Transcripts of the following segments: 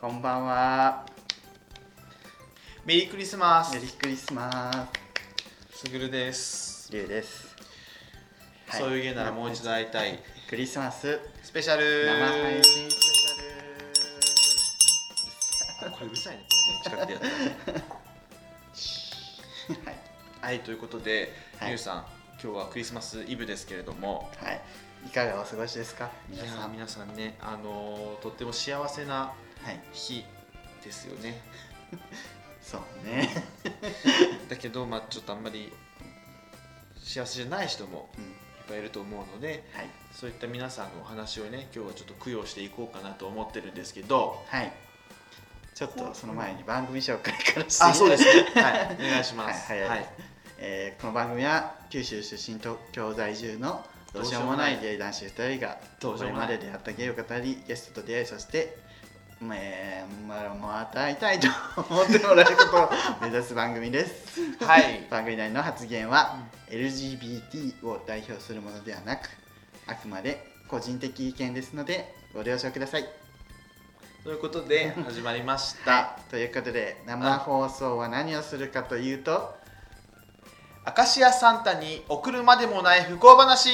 こんばんは。メリークリスマスメリークリスマすぐるですス。、りゅうです。はいそういう家ならもう一度会いたいクリスマススペシャル生配信スペシあこれうるさいねこれね近くでやったャル。はい。らはいということで、はいゆうさん今日はクリスマスイブですけれどもはい。いかがお過ごしですか、皆いやさーん。皆さんねあのーとっても幸せなはい。日ですよねそうね。だけどまあちょっとあんまり幸せじゃない人もうん。いっぱいいると思うので はい。そういった皆さんのお話をね今日はちょっと供養していこうかなと思ってるんですけどはい。ちょっとその前に番組紹介からして。あそうです。ねはいお願いしますはいはいえーこの番組は九州出身東京在住のどうしようもない芸男子2人がどうしこよれうもなまいで出会った芸を語りゲストと出会いそして、えー、まあまた会いたいと思ってもらえることを目指す番組ですはい番組内の発言は、LGBT を代表するものではなくあくまで個人的意見ですのでご了承ください、ということで始まりました、はい、ということで生放送は何をするかというと明石家サンタに送るまでもない不幸話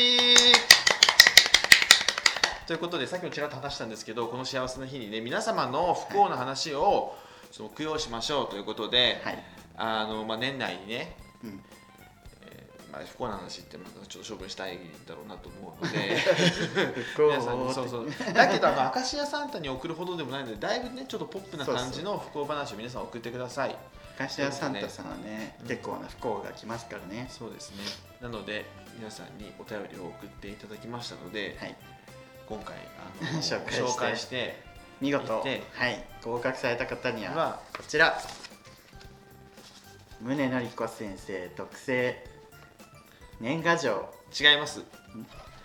ということでさっきもちらっと話したんですけどこの幸せの日にね皆様の不幸な話を、その供養しましょうということで、 はい、あのまあ、年内にね、うんえーまあ、不幸な話ってまたちょっと処分したいんだろうなと思うの で不幸皆さんにそうそうだけどあの明石家サンタに送るほどでもないのでだいぶねちょっとポップな感じの不幸話を皆さん送ってください。菓子屋サンタさんはね、うん結構な不幸が来ますからね、そうですねなので皆さんにお便りを送っていただきましたので、はい、今回あ の紹介して紹介して見事行はっいて合格された方にははこちら宗則子先生特製年賀 状違います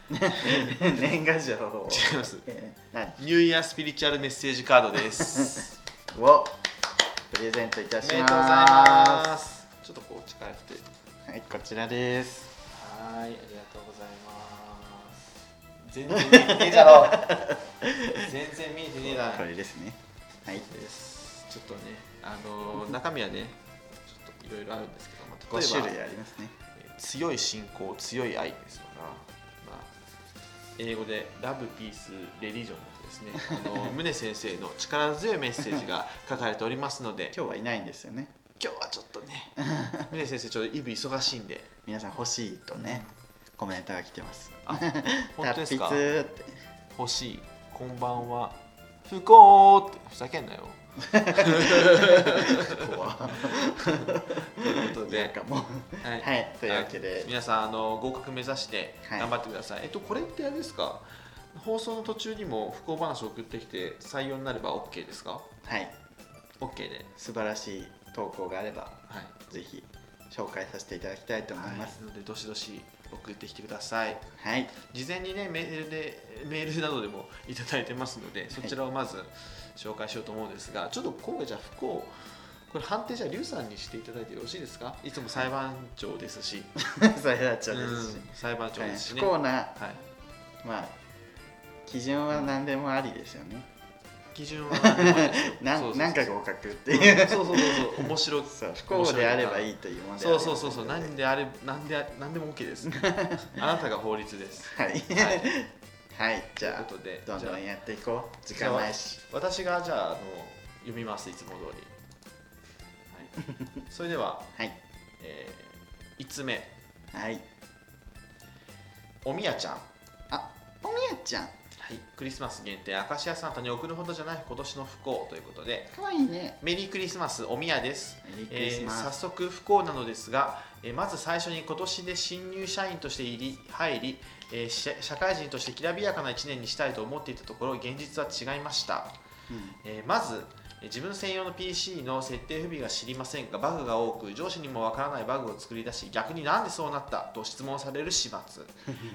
年賀状を、違いますえーはいニューイヤースピリチュアルメッセージカードですをプレゼントいた おしめますでとうございますちょっとこう近くてはいこちらですはいありがとうございます全然見えてねえだ ろ全然見えてねえだこれですねはいですちょっとねあの中身はねちょっといろいろあるんですけど、まあ、 5例えば種類ありますね強い信仰強い愛ですから、まあ、英語で「ラブ・ピース・レリジョン」ですねあの宗先生の力強いメッセージが書かれておりますので今日はいないんですよね今日はちょっとね宗先生ちょっとイブ忙しいんで皆さん欲しいとねコメントが来てますあ本当ですか達筆って欲しいこんばんは不幸ってふざけんなよ ということなんでかもうははいというわけであ皆さんあの合格目指してはい頑張ってください、えっとこれってあれですか放送の途中にも不幸話を送ってきて採用になれば OK ですかはい、 OK で、素晴らしい投稿があればはいぜひ紹介させていただきたいと思いはいます。なのでどしどし送ってきてくださいはい、事前にねメールでメールなどでもいただいてますのでそちらをまず紹介しようと思うんですが、ちょっと今回じゃあ不幸これ判定じゃあ劉さんにしていただいてよろしいですかいつも裁判長ですし、 それはちょっとでうすしん、裁判長はいですし不ね、幸な、はい、まあ、基準は何でもありですよね。基準は何でもいいですよ なそうそうそうんなんか合格っていう。そうそうそうそう面白いそう不幸であればいいいというものであそれうばそうそうそう何であれ何であ何でも OK です あなたが法律ですはい、はいはい、じといゃうことであどんじゃどあんやっていこう。時間ないし。私がじゃああの読みますいつも通り、はい、それでは、はい、え5つ目はい。おみやちゃんあ、おみやちゃん、はい、クリスマス限定明石家サンタに送るほどじゃない今年の不幸ということで可愛いね。メリークリスマスおみやですメリークリえスーマス早。速不幸なのですが、えーまず最初に今年で新入社員として入り入り、えー社社会人としてきらびやかな1年にしたいと思っていたところ現実は違いました、うんえーまずえー自分専用の PC の設定不備が知りませんがバグが多く上司にもわからないバグを作り出し逆になんでそうなったと質問される始末、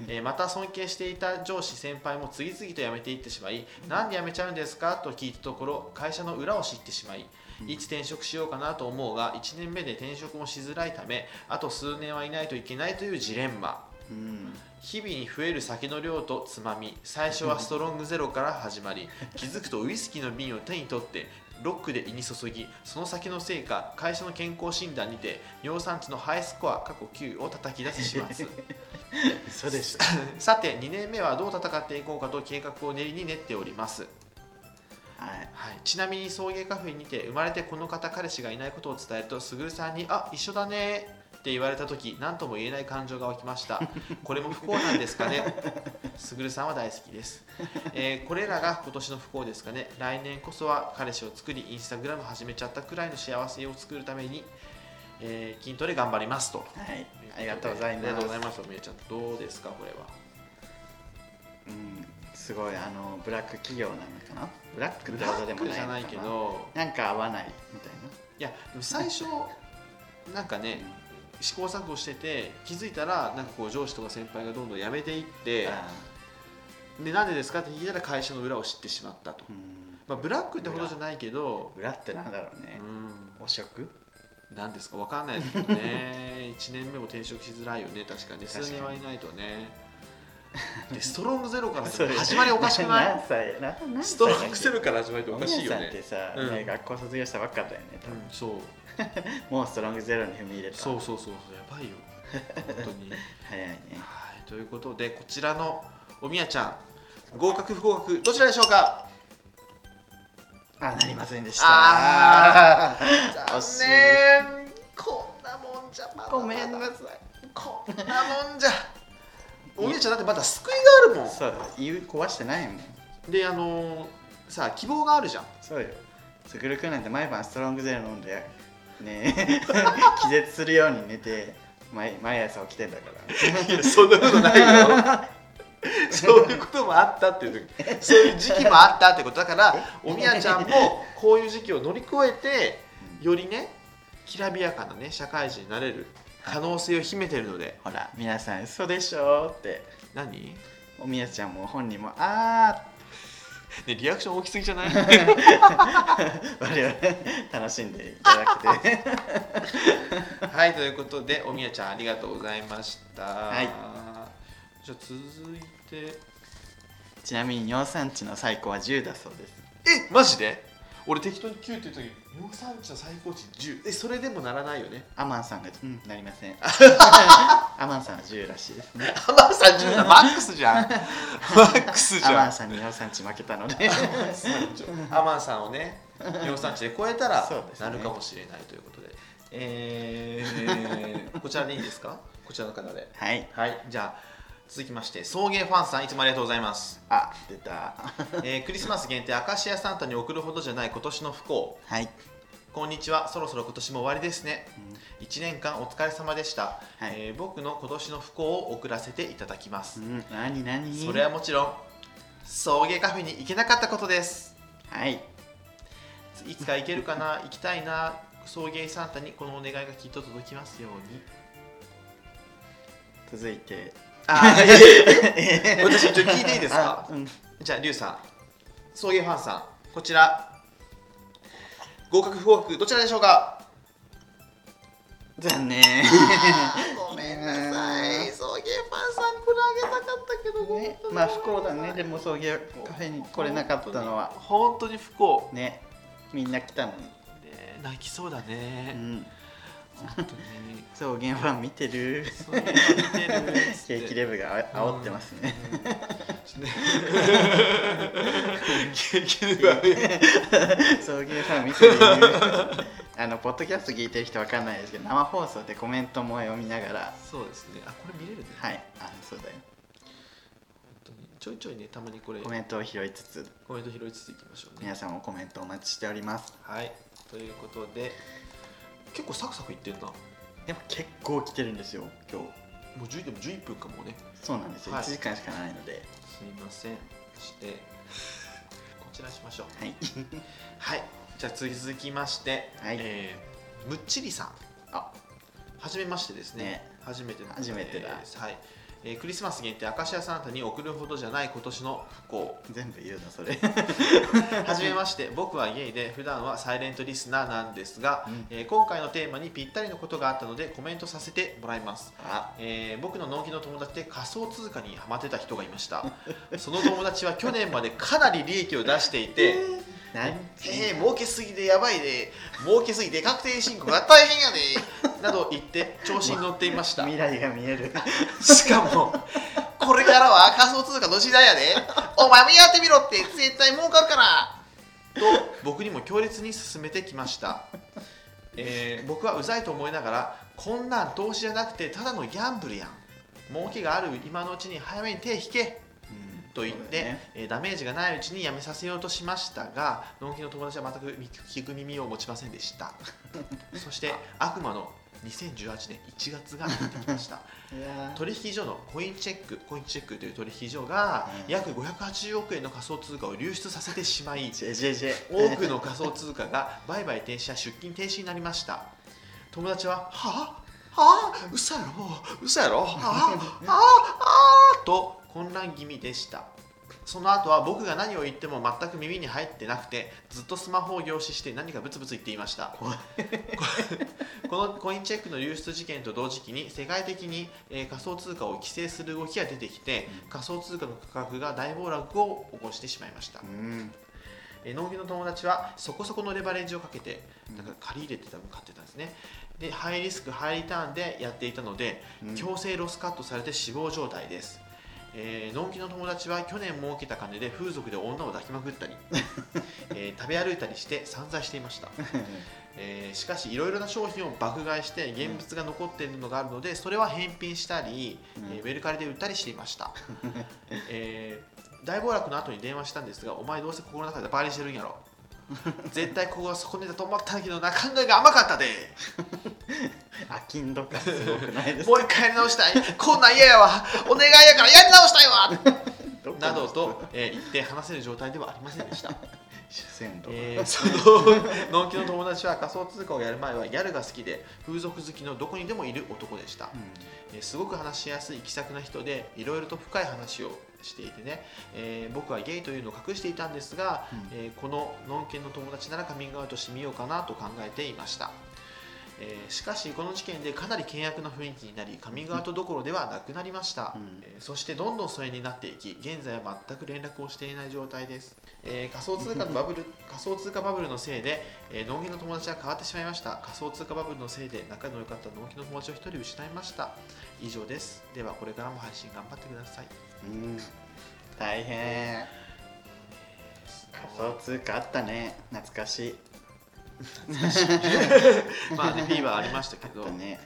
えーまた尊敬していた上司先輩も次々と辞めていってしまいなんで辞めちゃうんですかと聞いたところ会社の裏を知ってしまいいつ転職しようかなと思うが1年目で転職もしづらいためあと数年はいないといけないというジレンマうん日々に増える酒の量とつまみ最初はストロングゼロから始まり気づくとウイスキーの瓶を手に取ってロックで胃に注ぎその酒のせいか会社の健康診断にて尿酸値のハイスコア過去9を叩き出ししますそうですさて2年目はどう戦っていこうかと計画を練りに練っておりますはいはい、ちなみに送迎カフェにて生まれてこの方彼氏がいないことを伝えるとすぐるさんに「あ一緒だね」って言われた時何とも言えない感情が湧きましたこれも不幸なんで すかねすぐるさんは大好きです、えーこれらが今年の不幸ですかね来年こそは彼氏を作りインスタグラム始めちゃったくらいの幸せを作るために、えー筋トレ頑張りますとはいありがとうございありがまとすうございますみえちゃんどうですかこれはうんすごいあのブラック企業なのかなブラックってほどでもブラックないじのゃかないけどなんか合わないみたいいやでも最初なんかね、試行錯誤してて気づいたらなんかこう上司とか先輩がどんどん辞めていってな、あでなんでですかって聞いたら会社の裏を知ってしまったとー、うんまあ、ブラックってほどじゃないけど裏ってなんだろううね、ん汚職何ですか分かんないですけどね1 年目も転職しづらいよね確かに数確かに年はいないと ねでストロングゼロからそう始まりおかしくない 何歳な何歳ストロングゼロから始まりっておおかかししいいよよねね、さんってさ、うんね学校卒業したばっかだよね多う分、ん、そうもうストロングゼロに踏み入れたそうそうそうそうやばいよ本当に早いねはい、ということでこちらのおみやちゃん合格不合格どちらでしょうかあなりませんでしたあ惜しい念こんなもんじゃまだまだごめんなさいこんなもんじゃおみやちゃんだってまだ救いがあるもそう言う壊してないもんんであのーさあ希望があるじゃんそうよつぐるくんなんて毎晩ストロングゼロ飲んでね え気絶するように寝て毎毎朝起きてんだから そんなことないよそういうこともあったっていう時そういう時期もあったってことだからおみやちゃんもこういう時期を乗り越えてよりねきらびやかなね社会人になれる可能性を秘めてるのでほら皆さん嘘でしょって何、ね、おみやちゃんも本人もあリアクション大きすぎじ ゃないーって我々楽しんでいただけ てはいということでおみやちゃんありがとうございました、はいじゃあ続いてちなみに尿酸値の最高は10だそうですえマジで俺適当に9って言った時尿酸値の最高値10えそれでもならないよねアマンさんが、うん、なりま せんアマンさんは10らしいですねアマンさん10だマックスじゃんマックスじアマゃんンさんに尿酸値負けたの でアマンさんをね尿酸値で超えたらそうですねなるかもしれないということでえー、こちらでいいですかこちらの方ではいはいじゃあ続きまして送迎ファンさんいつもありがとうございます、あ出たえークリスマス限定アカシアサンタに送るほどじゃない今年の不幸はい、こんにちはそろそろ今年も終わりですねうん1年間お疲れ様でした、はいえー僕の今年の不幸を送らせていただきます、うん、何何それはもちろん送迎カフェに行けなかったことですはいいつか行けるかな行きたいな送迎サンタにこのお願いがきっと届きますように続いてあ私一応聞いていいですかあうん じゃあリュウさん送迎ファンさんこちら合格不合格どちらでしょうか残念ごめんなさい送迎ファンさんこれあげたかったけどねまあ不幸だねでも送迎カフェに来れなかったのは本当に不幸、ねみんな来たのね泣きそうだに、うね、ん、本当に送迎ファン見てる そ ういうの見てるっつってケーキレブがあ煽ってますね、ケーキではね送迎ファン見てるあのポッドキャスト聞いてる人わかんないですけど生放送でコメントも読みながらそうですねあこれ見れるね、、はいいあそうだよちょいちょいねたまにこれコメントを拾いつつコメント拾いつついきましょうね皆さんもコメントお待ちしておりますはいということで結構サクサクいってんなもでも結構来てるんですよ今日う10でも11分かもねそうなんですよ、はい1時間しかないのですみませんそしてこちらしましょうはいはいじゃあ続きまして、はいえーむっちりさん あはじめましてですねね初めての初めてだですはいえークリスマス限定明石家サンタに送るほどじゃない今年の不幸全部言うなそれはじめまして 僕はゲイで普段はサイレントリスナーなんですが、うんえー今回のテーマにぴったりのことがあったのでコメントさせてもらいます あえー僕の納期の友達で仮想通貨にハマってた人がいましたその友達は去年までかなり利益を出していて何えー儲けすぎでやばいで儲けすぎで確定申告が大変やでなど言って調子に乗っていました未来が見え るしかもこれからは仮想通貨の時代やでお前もやってみろって絶対儲かるからと僕にも強烈に勧めてきました、えー僕はうざいと思いながらこんなん投資じゃなくてただのギャンブルやん儲けがある今のうちに早めに手引けうんと言って、えーダメージがないうちにやめさせようとしましたが納期の友達は全く聞く耳を持ちませんでしたそして悪魔の2018年1月がやってきましたそうだよねいやー取引所のコインチェックコインチェックという取引所がうん約580億円の仮想通貨を流出させてしま いジェジェジェ多くの仮想通貨が売買停止や出金停止になりました友達は「はあはあ嘘やろ嘘やろはあはあはあ」と混乱気味でしたその後は僕が何を言っても全く耳に入ってなくてずっとスマホを凝視して何かブツブツ言っていました怖いこ のコインチェックの流出事件と同時期に世界的に、えー仮想通貨を規制する動きが出てきて、仮想通貨の価格が大暴落を起こしてしまいました、うんえー農業の友達はそこそこのレバレッジをかけてうんだから借り入れてた分買ってたんですねでハイリスクハイリターンでやっていたので、うん強制ロスカットされて死亡状態ですえー、のんきの友達は去年儲けた金で風俗で女を抱きまくっ たり、えー食べ歩いたりして散財していましたえーしかしいろいろな商品を爆買いして現物が残っているのがあるのでそれは返品したり、うんえーメルカリで売ったりしていました、えー大暴落の後に電話したんですがお前どうせ心の中でバリしてるんやろ 絶対ここは底根だと思ったんだけどな考えが甘かったであきんどかすごくないです もう一回やり直したいこんなん嫌やわお願いやからやり直したいわどこなどと、えー言って話せる状態ではありませんでした主戦度えーそののんきの友達は仮想通貨をやる前はギャルが好きで風俗好きのどこにでもいる男でした、えーすごく話しやすい気さくな人でいろいろと深い話をしていてね、えー僕はゲイというのを隠していたんですが、うんえーこのノンケンの友達ならカミングアウトしてみようかなと考えていました、えーしかしこの事件でかなり険悪な雰囲気になりカミングアウトどころではなくなりました、うんえーそしてどんどん疎遠になっていき現在は全く連絡をしていない状態です、えー仮想通貨のバ ブル仮想通貨バブルのせいで、えー、農業の友達は変わってしまいました仮想通貨バブルのせいで仲の良かった農業の友達を一人失いました以上ですではこれからも配信頑張ってくださいうん大変仮想通貨あったね懐かしいまあねフィーバーありましたけあどったね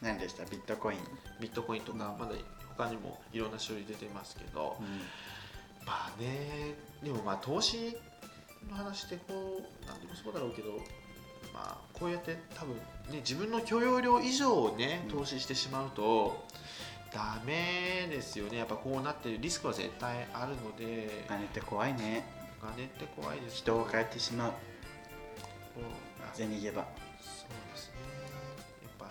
何でしたビットコイン、ビットコインとかまだ他にもいろんな種類出てますけどまあねでもまあ投資の話ってこうなんでもそうだろうけどまあこうやって多分ね自分の許容量以上をねうん投資してしまうと、ダメですよねやっぱこうなってリスクは絶対あるのでお金って怖いねお金って怖いです人を変えててしまうそうあそう銭逃げばですねやっぱ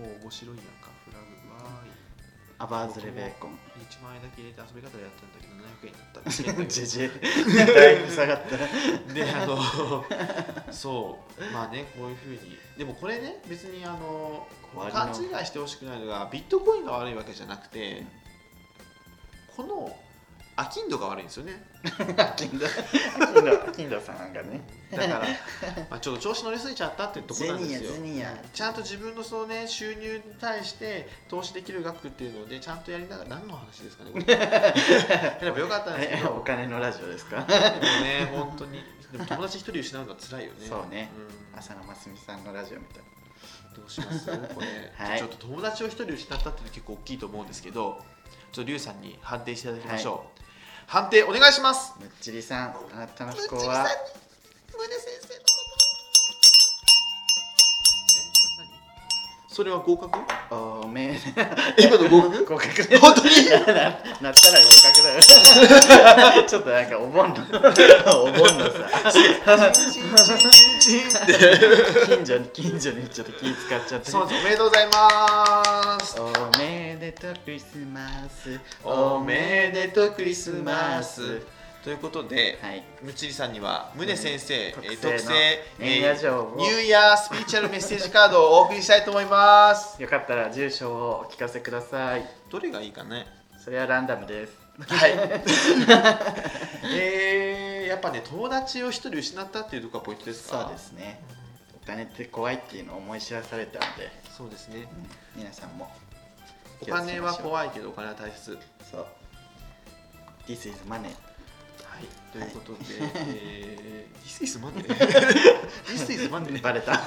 もう面白いやんかフラグはアバーズレベーコン1万円だけ入れて遊び方やったんだけど700円だったって いうジェジェだいぶ下がったであのそうまあねこういうふうにでもこれね別にあの終わりの勘違いしてほしくないのがビットコインが悪いわけじゃなくて、この飽きんどが悪いんですよね金田金田金田さんがねだから まあちょっと調子乗りすぎちゃったってところなんですよゼニヤゼニヤちゃんと自分のそのね収入に対して投資できる額っていうのでちゃんとやりながら何の話ですかねこ れやればよかったんですけえどお金のラジオですかでもね、本当に。でも友達一人失うのは辛いよね。そうねうん浅野真澄さんのラジオみたいどうしますこれ、 はいちょっと友達を一人失ったっていうのは結構大きいと思うんですけど、ちょっとリュウさんに判定していただきましょう。判定お願いします。むっちりさんあなたのむっ不ち幸りさんには宗先生のこと。えそれは合格おめで今の合格合格本当にな ななったら合格 だよちょっとなんかお盆のお盆のさ チンチンチンチンって近所に近所にちょっと気使っちゃってそうですおめでとうございますおめでとうクリスマスおめでとうクリスマスということで、はいむっちりさんには宗先生、えー特製の特製年賀状をニューイヤースピーチュアルメッセージカードをお送りしたいと思いますよかったら住所をお聞かせくださいどれがいい かねそれはランダムです はいえー、やっぱね友達を一人失ったっていうところがポイントですかそうですねお金って怖いっていうのを思い知らされたので、そうですねうん皆さんもお金は気をつけましょ怖いけどお金は大切はいうそう This is money とい うことで、えー、This is money This is money バレ た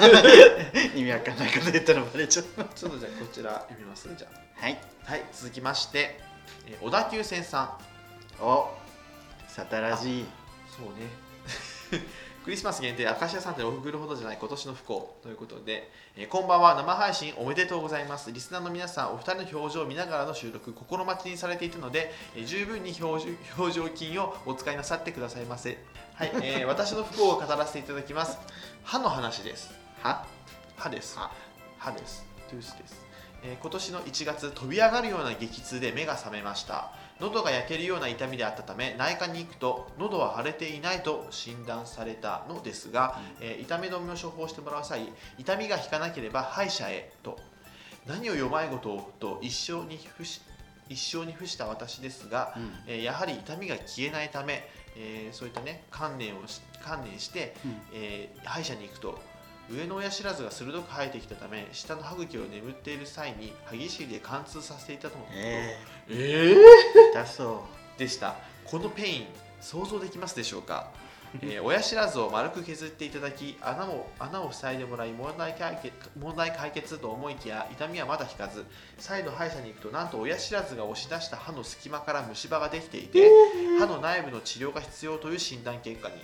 意味わかんないこと言ったらバレちゃったちょっとじゃあこちら読みますじゃあはいはい続きまして、えー、小田急線さんおサタラジそうね クリスマス限定明石家さんっておふぐるほどじゃない今年の不幸ということで、えーこんばんは生配信おめでとうございますリスナーの皆さんお二人の表情を見ながらの収録心待ちにされていたので、えー十分に表情表情筋をお使いなさってくださいませはい、えー私の不幸を語らせていただきます歯の話ですは歯です歯歯ですトゥースです、えー今年の1月飛び上がるような激痛で目が覚めました喉が焼けるような痛みであったため内科に行くと喉は腫れていないと診断されたのですが、えー痛み止めを処方してもらう際痛みが引かなければ歯医者へと何を弱いことをと一生に付し一生に付した私ですが、うんえーやはり痛みが消えないため、えーそういったね観念をし観念してうんえー歯医者に行くと上の親知らずが鋭く生えてきたため下の歯茎を眠っている際に歯ぎしりで貫通させていたとのことえー、え痛そでしたこのペイン想像できますでしょうか、えー親知らずを丸く削っていただき穴を穴を塞いでもらい問題解決問題解決と思いきや痛みはまだ引かず再度歯医者に行くとなんと親知らずが押し出した歯の隙間から虫歯ができていて歯の内部の治療が必要という診断結果に、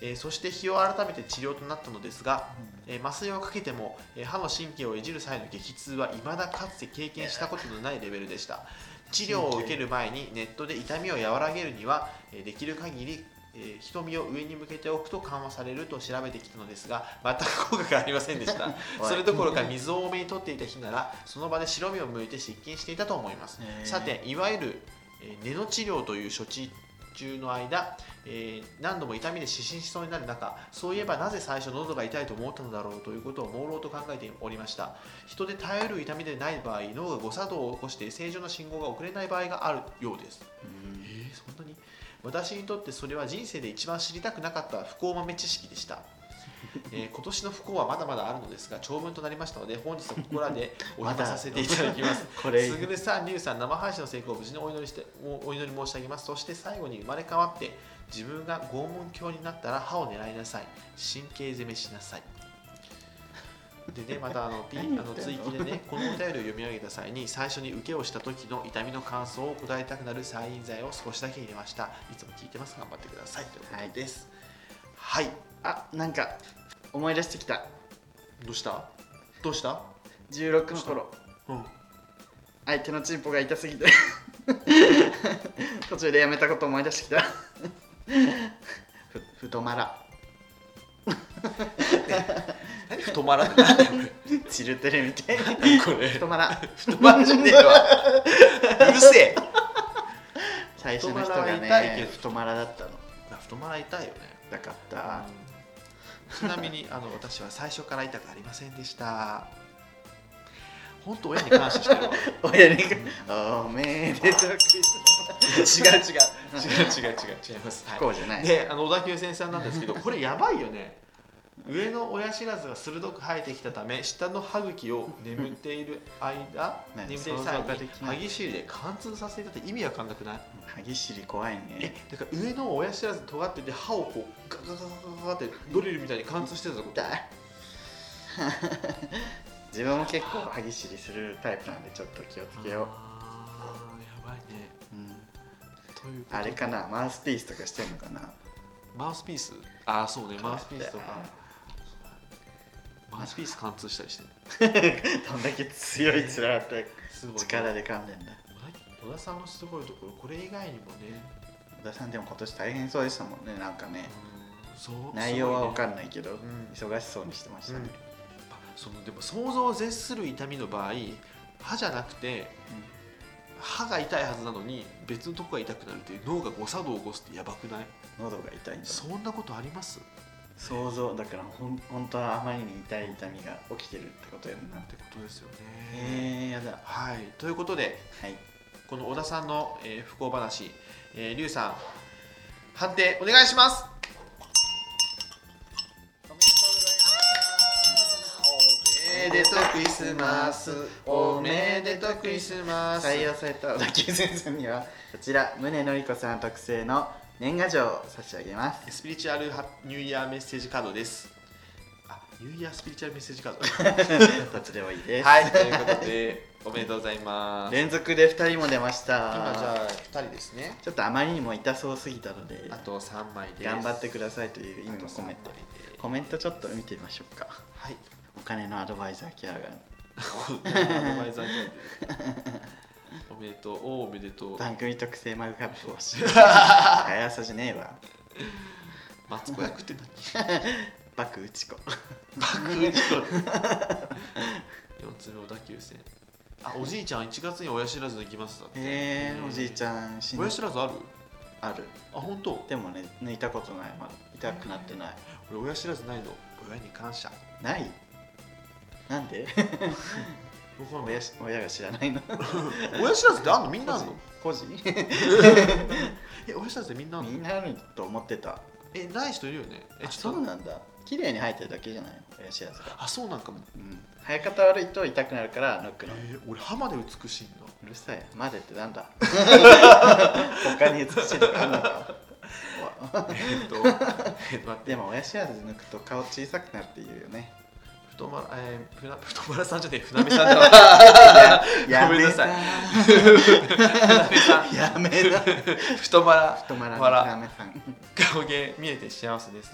えーそして日を改めて治療となったのですがう、えー麻酔をかけても、えー歯の神経をいじる際の激痛は未だかつて経験したことのないレベルでした治療を受ける前にネットで痛みを和らげるには、えーできる限りえー瞳を上に向けておくと緩和されると調べてきたのですが全く効果がありませんでしたおいそれどころか水を多めに取っていた日ならその場で白身を剥いて失禁していたと思いますへーさていわゆる、えー根の治療という処置中の間、えー何度も痛みで失神しそうになる中そういえばなぜ最初喉が痛いと思ったのだろうということを朦朧と考えておりました人で耐える痛みでない場合脳が誤作動を起こして正常な信号が遅れない場合があるようですうんえーそんなに私にとってそれは人生で一番知りたくなかった不幸豆知識でした、えー今年の不幸はまだまだあるのですが長文となりましたので本日はここらでお話させていただき ますこれすぐるさん、りゅうさん、生配信の成功を無事にお祈りしておお祈り申し上げます。そして最後に生まれ変わって自分が拷問鏡になったら歯を狙いなさい。神経攻めしなさい。でね、またあ の P あ何言のってんの追記でね、このお便りを読み上げた際に、最初に受けをした時の痛みの感想を答えたくなるサイン剤を少しだけ入れました。いつも聞いてます。頑張ってください。ということです。はい。あなんか思い出してきたどうしたどうした16の頃うん。相手のチンポが痛す ぎて途中でやめたこと思い出してきたふ太まら何太まらない なんだよ、こチルテレみたいな れ。これ太まら太まらじゃねえわ。うるせえ。最初の人が太まらは痛いけねど太まらだったの太まら痛いよね。痛か ったちなみにあの私は最初から痛くありませんでした。本当親に感謝して るわ。親におめでとうクリス違う違う違う違う違う違います。マスは。こうじゃないい、であの小田急線さんなんですけ どこれやばいよね。上の親知らずが鋭く生えてきたため下の歯茎を眠っている間ね眠っている際想に像ができな歯いぎしりで貫通させていたって意味わかんなくない歯ぎしり怖いえねだから上の親知らず尖ってて歯をこうガガガガガガってドリルみたいに貫通してたこと痛い 自分も結構歯ぎしりするタイプなんでちょっと気をつけようあーやばいねうんということあでれかなマウスピースとかしてんのか なマウスピースああそうねマウスピースとかあマ8ピース貫通したりしてねどんだけ強い面だってすごい力で噛んでんだ小田さんのすごいところこれ以外にもね小田さんでも今年大変そうでしたもんねなんかねうんそう内容は分かないんないけど、ん忙しそうにしてましたね、うんそのでも想像を絶する痛みの場合歯じゃなくて歯が痛いはずなのに別のとこが痛くなるっていう脳が誤作動を起こすってやばくない喉が痛いんだそんなことあります想像だからほん本当はあまりに痛い痛みが起きてるってことやんななんてことですよね。えー、やだはいということではいこの小田さんの、えー不幸話、えー、リュウさん判定お願いしますおめでとうございますおめでとうクリスマスおめでとうクリスマス採用された小田急先生にはこちら宗典子さん特製の年賀状を差し上げますスピリチュアルハニューイヤーメッセージカードですあニューイヤースピリチュアルメッセージカード どっちでもいいです、 はいということでおめでとうございます今連続で2人も出ましたじゃあ2人ですねちょっとあまりにも痛そうすぎたのであと3枚です頑張ってくさださいという意味も込めてコメントちょっと見てみましょうか はいお金のアドバイザーキャラがアドバイザーキャンディーおめでとうおーおめでとう番組特製マグカップを し早さじゃねえわマツコ役って何バクウチコ爆打ち取る四つ目小田急線あおじいちゃん1月に親知らずできますだってえー、おじいちんゃん死ぬ親知らずあるあるあ本当。でもね抜いたことないまだ痛くなってない俺親知らずないの親に感謝ないなんで僕は親し親が知らないの親知らずってあんのみんなあんの個人え親知らずってみんなあんみのんなあると思ってたえない人いるよねえあちょそっうとなんだ綺麗に生えてるだけじゃないの親知らず が、あそうなんかもうん、生え方悪いと痛くなるから抜くえのー、俺歯まで美しいんだ うるさい混ぜってなんだ他に移してるからなんだお いえーっとえーっと待ってでも親知らず抜くと顔小さくなるっていうよ ね太まらえー、ふな太まらさんじゃねえ船目さんだわやごめんめなたさい船目さんやめた太まら止まらわらぬラーメンさん顔芸見えて幸せ です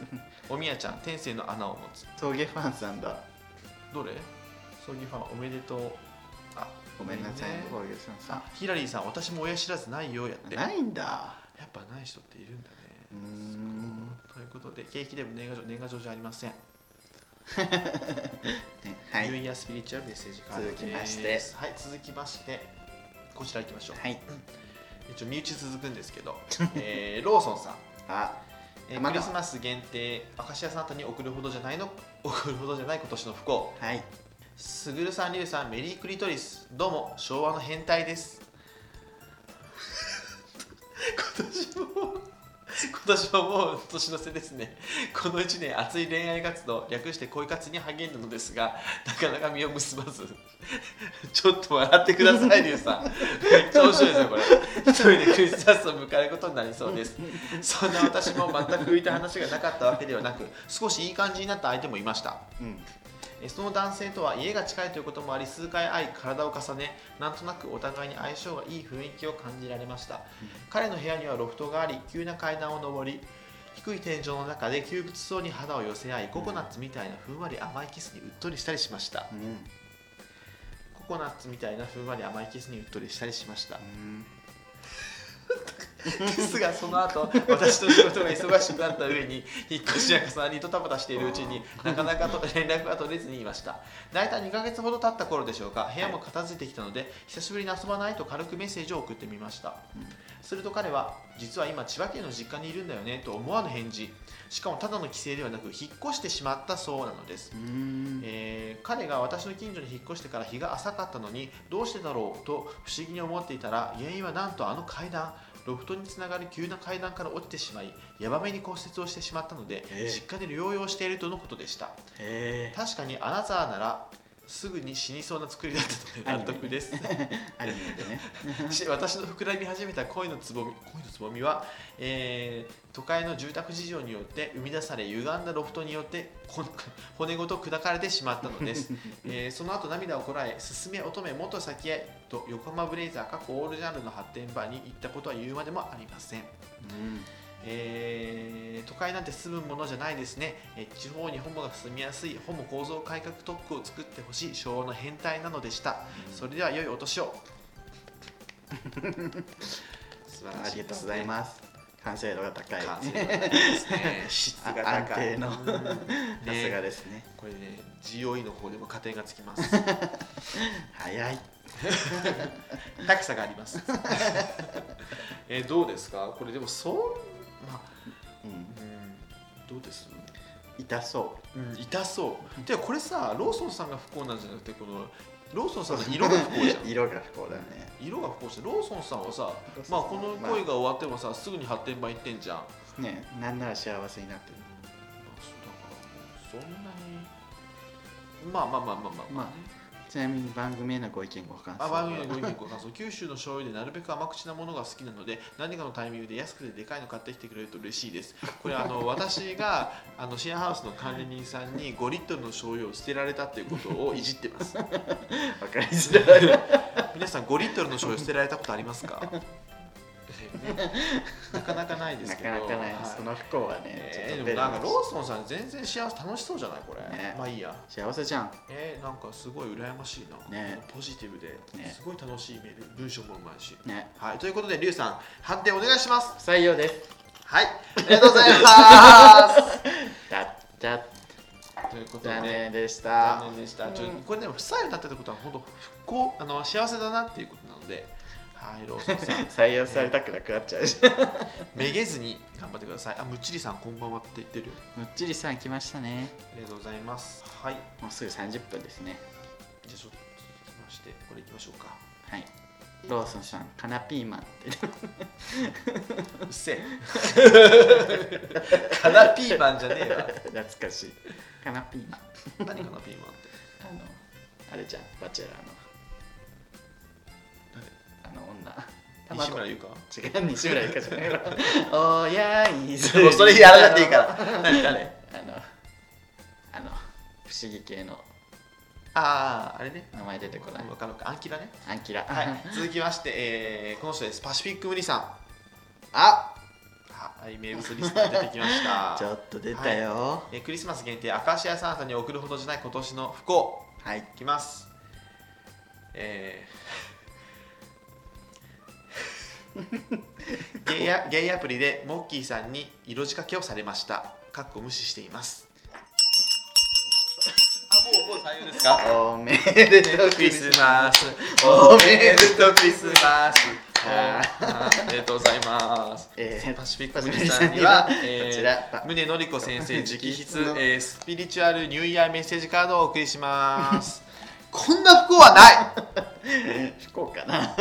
おみやちゃん天性の穴を持つ陶芸ファンさんだどれ葬儀ファンおめでとうあごめんなさいね陶芸さんさあヒラリーさん私も親知らずないよやってなやいんだっぱない人っているんだねうーんということで景気でも年賀状年賀状じゃありません、ねはニいューイヤースピリチュアルメッセージカード続きましてですはい続きましてこちら行きましょう、はい一応身内続くんですけ ど、えーローソンさんあ天えーク川リスマス限定明石家サンタに送るほどじゃないの送るほどじゃない今年の不幸はいすぐるさん、りゅうさん、メリークリトリス、どうも、昭和の変態です。 今年も、今年ももう年の瀬ですね。この1年、熱い恋愛活動、略して恋活に励んだのですが、なかなか実を結ばず、ちょっと笑ってください、りゅうさん。めっちゃ面白いですよ、これ。一人でクリスマスを迎えることになりそうです。そんな私も全く浮いた話がなかったわけではなく、少しいい感じになった相手もいました。うんえーその男性とは家が近いということもあり数回会い体を重ねなんとなくお互いに相性がいい雰囲気を感じられました、彼の部屋にはロフトがあり急な階段を上り低い天井の中で窮屈そうに肌を寄せ合いココナッツみたいなふんわり甘いキスにうっとりしたりしましたうんうんココナッツみたいなふんわり甘いキスにうっとりしたりしましたですがその後私と仕事が忙しくなった上に引っ越し屋さんにドタバタしているうちになかなかと連絡が取れずにいました大体2ヶ月ほど経った頃でしょうか部屋も片付いてきたので久しぶりに遊ばないと軽くメッセージを送ってみましたうんすると彼は実は今千葉県の実家にいるんだよねと思わぬ返事しかもただの帰省ではなく引っ越してしまったそうなのですうーんえー彼が私の近所に引っ越してから日が浅かったのにどうしてだろうと不思議に思っていたら原因はなんとあの階段ロフトにつながる急な階段から落ちてしまいヤバめに骨折をしてしまったので、えー実家で療養しているとのことでしたえ ー確かにアナザーならすぐに死にそうな作りだったので納得ですアニメでねし私の膨らみ始めた恋のつぼみ恋のつぼみは、えー都会の住宅事情によって生み出され歪んだロフトによってこ骨ごと砕かれてしまったのです、えーその後涙をこらえ「進め乙女元先へ」と横浜ブレイザー過去オールジャンルの発展場に行ったことは言うまでもありませんうんえー都会なんて住むものじゃないですね、えー地方にホモが住みやすいホモ構造改革特区を作ってほしい昭和の変態なのでしたそれでは良いお年を素晴らあしりいがでとうすごねざいます完成度が高い完さ成度が高いですね質が高い安定のうんねすがですねこれね GOE の方でも加点がつきます早い高さがありますえーどうですかこれでもそうまあうんうんどうです痛そうん、痛そう。てかこれさ、ローソンさんが不幸なんじゃなくて、このローソンさんの色が不幸じゃう色が不幸だねん。色が不幸して、ローソンさんはさ、まあこの恋が終わってもさ、すぐに発展版行ってんじゃん。ねなんなら幸せになってるそうだから、そんなに。まあまあまあまあまあ、まあね。ちなみに番組へのご意見ご感想あは番組のご意見ご感想九州の醤油でなるべく甘口なものが好きなので何かのタイミングで安くてでかいの買ってきてくれると嬉しいですこれあの私があのシェアハウスの管理人さんに5リットルの醤油を捨てられたっていうことをいじってます わかりづらい皆さん5リットルの醤油捨てられたことありますかなかなかないですなけどかなかない、はその不幸はね、えちょーっとで出るもなんかローソンさん全然幸せ楽しそうじゃないこれ、ねまあいいや幸せじゃんえー、なんかすごい羨ましいな、ねポジティブで、ねすごい楽しいメール文章もうまいしねはい、ということで、リュウさん、判定お願いします。不採用ですはい、ありがとう ございます。だっちゃということで、残念でした残念でした。ちょうん、これでも、不採用だったってことは、本当、復興、あの、幸せだなっていうことなので。はい、ローソンさん 採用されたくなくなっちゃうしめげずに頑張ってください。あ、むっちりさん、こんばんはって言ってるよ。むっちりさん来ましたねありがとうございます。はい、もうすぐ30分ですねじゃあ、ちょっと続きまして、これいきましょうか。はいローソンさんカナピーマンってうっせえ。 カナピーマンじゃねえわ。懐かしいカナピーマン何かな、ピーマンって。あのあれじゃんバチェラーのあの女西村優香。違う西村ゆかじゃないわおやいず もうそれやらなくていいから何誰あのあの不思議系のああ、あれね。名前出てこないわかるか、アンキラね。アンキラ、はい、続きまして、えー、この人です。パシフィックムリさん。あはい、名物リストが出てきまし ちょた。っと出たよえークリスマス限定、アカシアサンタに送るほどじゃない今年の不幸。はい、いきます。え ーゲイアゲイアプリでモッキーさんに色仕掛けをされました。かっこ無視しています。あ、もう、もう採用ですかおめでとうクリスマスおめでとうクリスマスあありがとうございます、えーパシフィックの皆さんには、えこちらー、宗典子先 生直筆の、えースピリチュアルニューイヤーメッセージカードをお送りしますこんな不幸はない不幸か な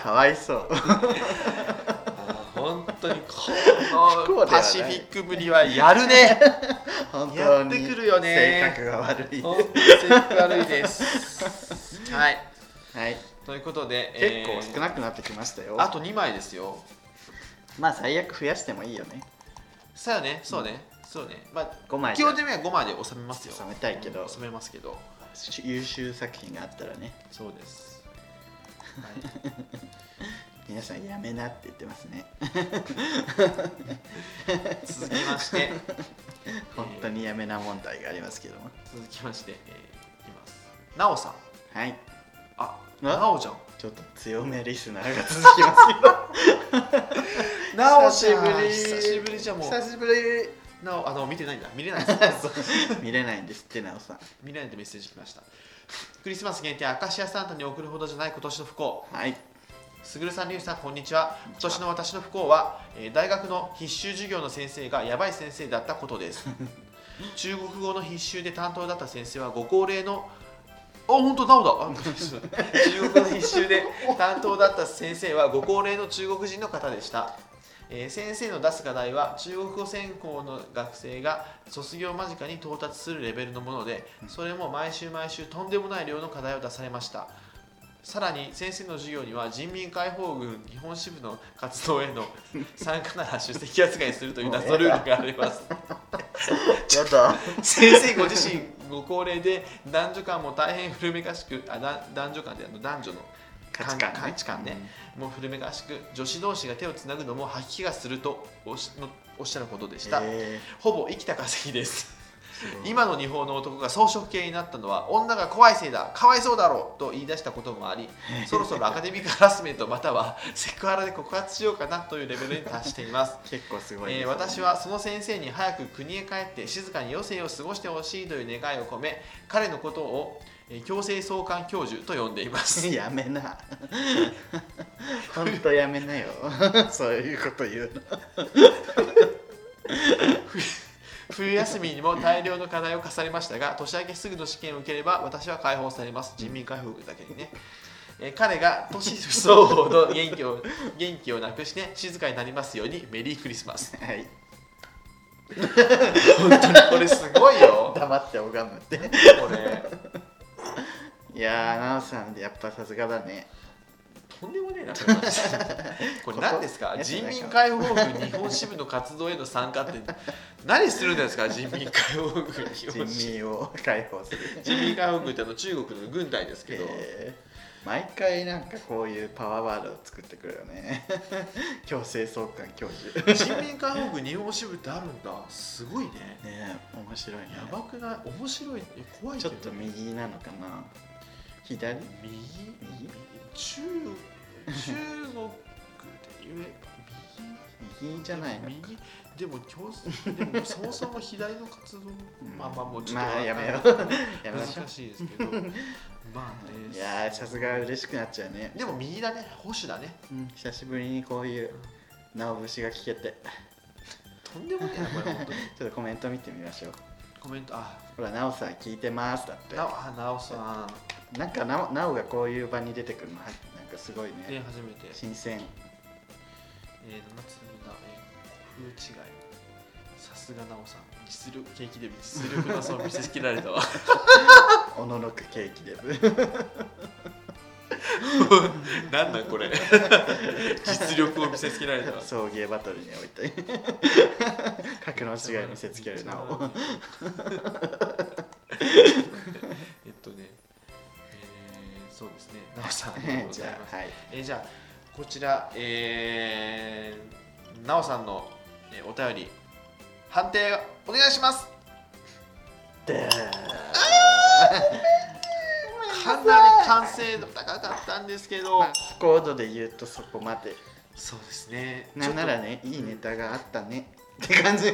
かわいそう 本当に不幸こではなのいパシフィックぶりはやるね本当にやってくるよね性格が悪い本当に性格悪いですはい はいということで結構少なく、くなってきましたよあと2枚ですよまあ最悪増やしてもいいよねそうよねそうね、そうねまあ5枚基じゃ本的には5枚で収めますよ収めたいけどうん収めますけど優秀作品があったらねそうです、皆さんやめなって言ってますね続きまして 本当にやめな問題がありますけどもえー続きまして、えーいきますなおさんはいあななおじゃんちょっと強めリスナーが続きますけどなお久しぶり久しぶりじゃんもう久しぶりなおあの見てないんだ見れないです 見れないんですってなおさん見れないってメッセージ来ましたクリスマス限定アカシアサンタに送るほどじゃない今年の不幸はいすぐるさんりゅうさんこんにちは今年の私の不幸は、えー大学の必修授業の先生がやばい先生だったことです中国語の必修で担当だった先生はご高齢のあ、本当なおだあびっくりした中国の必修で担当だった先生はご高齢の中国人の方でした、えー先生の出す課題は中国語専攻の学生が卒業間近に到達するレベルのものでそれも毎週毎週とんでもない量の課題を出されましたさらに先生の授業には人民解放軍日本支部の活動への参加なら出席扱いするという謎ルールがありますやだ先生ご自身ご高齢で男女間も大変古めかしくあだ男女間であの男女の価値観ね価値観ねもう古めかしく女子同士が手をつなぐのも吐き気がするとおしのおっしゃるほどでした、えほぼ生きた化石ですーすごい今の日本の男が草食系になったのは女が怖いせいだかわいそうだろうと言い出したこともありそろそろアカデミックハラスメントまたはセクハラで告発しようかなというレベルに達しています結構すごいですねえー私はその先生に早く国へ帰って静かに余生を過ごしてほしいという願いを込め彼のことを、えー強制送還教授と呼んでいま すやめ なほんとやめなよ そういうこと言うの冬休みにも大量の課題を課されましたが年明けすぐの試験を受ければ私は解放されます人民解放軍だけにね、えー彼が年不相応の元気 を元気をなくして静かになりますようにメリークリスマスはい本当にこれすごいよ黙って拝むってこれいやー奈緒さんでやっぱさすがだねとんでもねえなこれマ ジでこれ何ですかこと人民解放軍日本支部の活動への参加って何するんですか人民解放軍日人本支部民を解放する人民解放軍ってあの中国の軍隊ですけど、えー毎回なんかこういうパワーワードを作ってくるよね 強制送還教授ね人民解放軍日本支部ってあるんだすごいねえ面白いねやばくない面白いえ怖いちけょっどと右なのかな左右右中中国で言えば右右じゃないのか右でも強制でもそもそも左の活動、んまあまあもうちょっとまあやめようやめましょう難しいです けどまあねいやーさすが嬉しくなっちゃうね、でも右だね保守だねうん、久しぶりにこういう直節が聞けてとんでもねえなこれ本当にち ょっとコメント見てみましょうコメントあほら直さん聞いてますだってなおあなおさんなんかなおなおがこういう場に出てくるのはなんかすごいでね初めて新鮮えー、七つのな、えー、風違いさすがなおさん実力景気で実力の差を見せつけられ たわおののくケーキでなんな んこれ実力を見せつけられたわ送迎バトルにおいて 格の違い見せつけるなお えっとね、えー、そうですね、なおさん、ありがとう ごじざいゃます。あはいえーじゃあ、こちら、えー、なおさんの、えーお便り、判定お願いします。でかなり完成度高かったんですけど、コードで言うとそこまでそうですね、なんならね、ねいいネタがあったねって感じ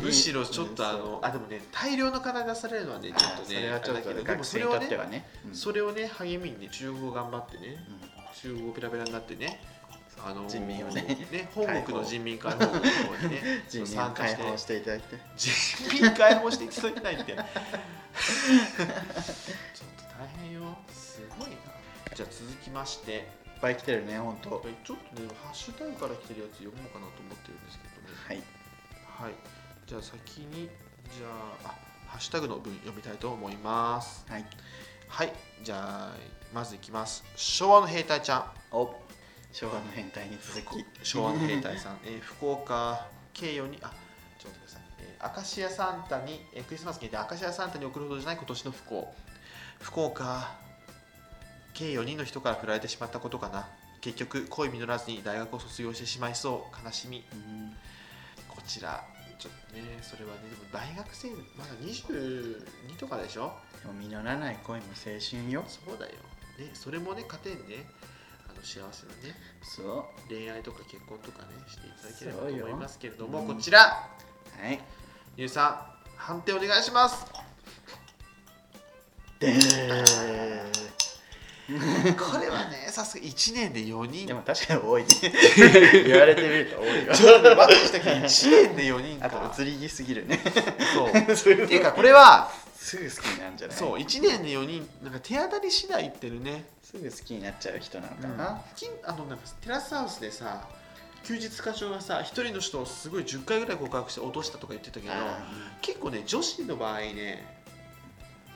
むしろちょっとあの、あ、でもね、大量の課題出されるのはね、ちょっとね、それはちょっあとれだけどでも学そ生れにとをってね、はねうんそれをね、励みにね、中国語頑張ってね、う中国語ペラペラになってね、あのー人民をね、本国の人民解放軍の方にね 人民を参加解して、放していただいて人民解放していただきたいって、ちょっ と大変よ、すごいな。じゃあ続きまして、いっぱい来てるね本当これちょっとね、ハッシュタグから来てるやつ読もうかなと思ってるんですけどね、はいはい、じゃあ先に、じゃあ、あハッシュタグの文読みたいと思います。はいはい、じゃあ、まずいきます。昭和の兵隊ちゃん。お昭和の変態に続き昭和の兵隊さん、えー福岡慶応にあちょっと待ってください、えー、アカシアサンタに、えークリスマス限定アカシアサンタに贈るほどじゃない今年の不幸福岡計4人の人から振られてしまったことかな結局恋実らずに大学を卒業してしまいそう悲しみうんこちらちょっとねそれはねでも大学生まだ22とかでしょでも実らない恋も青春よそうだよ、ね、それもね糧にねあの幸せなねそ恋愛とか結婚とかねしていただければとそうよ思いますけれども、うんこちらうはいゆうさん判定お願いしますでこれはねさすが1年で4人でも確かに 多いね言われてみると多いわちょっと待ってきた1年で4人あかと移り気すぎるねそうそいっていうかこれはすぐ好きになるんじゃないそう1年で4人なんか手当たり次第いってるね、すぐ好きになっちゃう人なのうかんな、、きあのなんかテラスハウスでさ休日課長がさ1人の人をすごい10回ぐらい告白して落としたとか言ってたけどあ結構ね女子の場合ね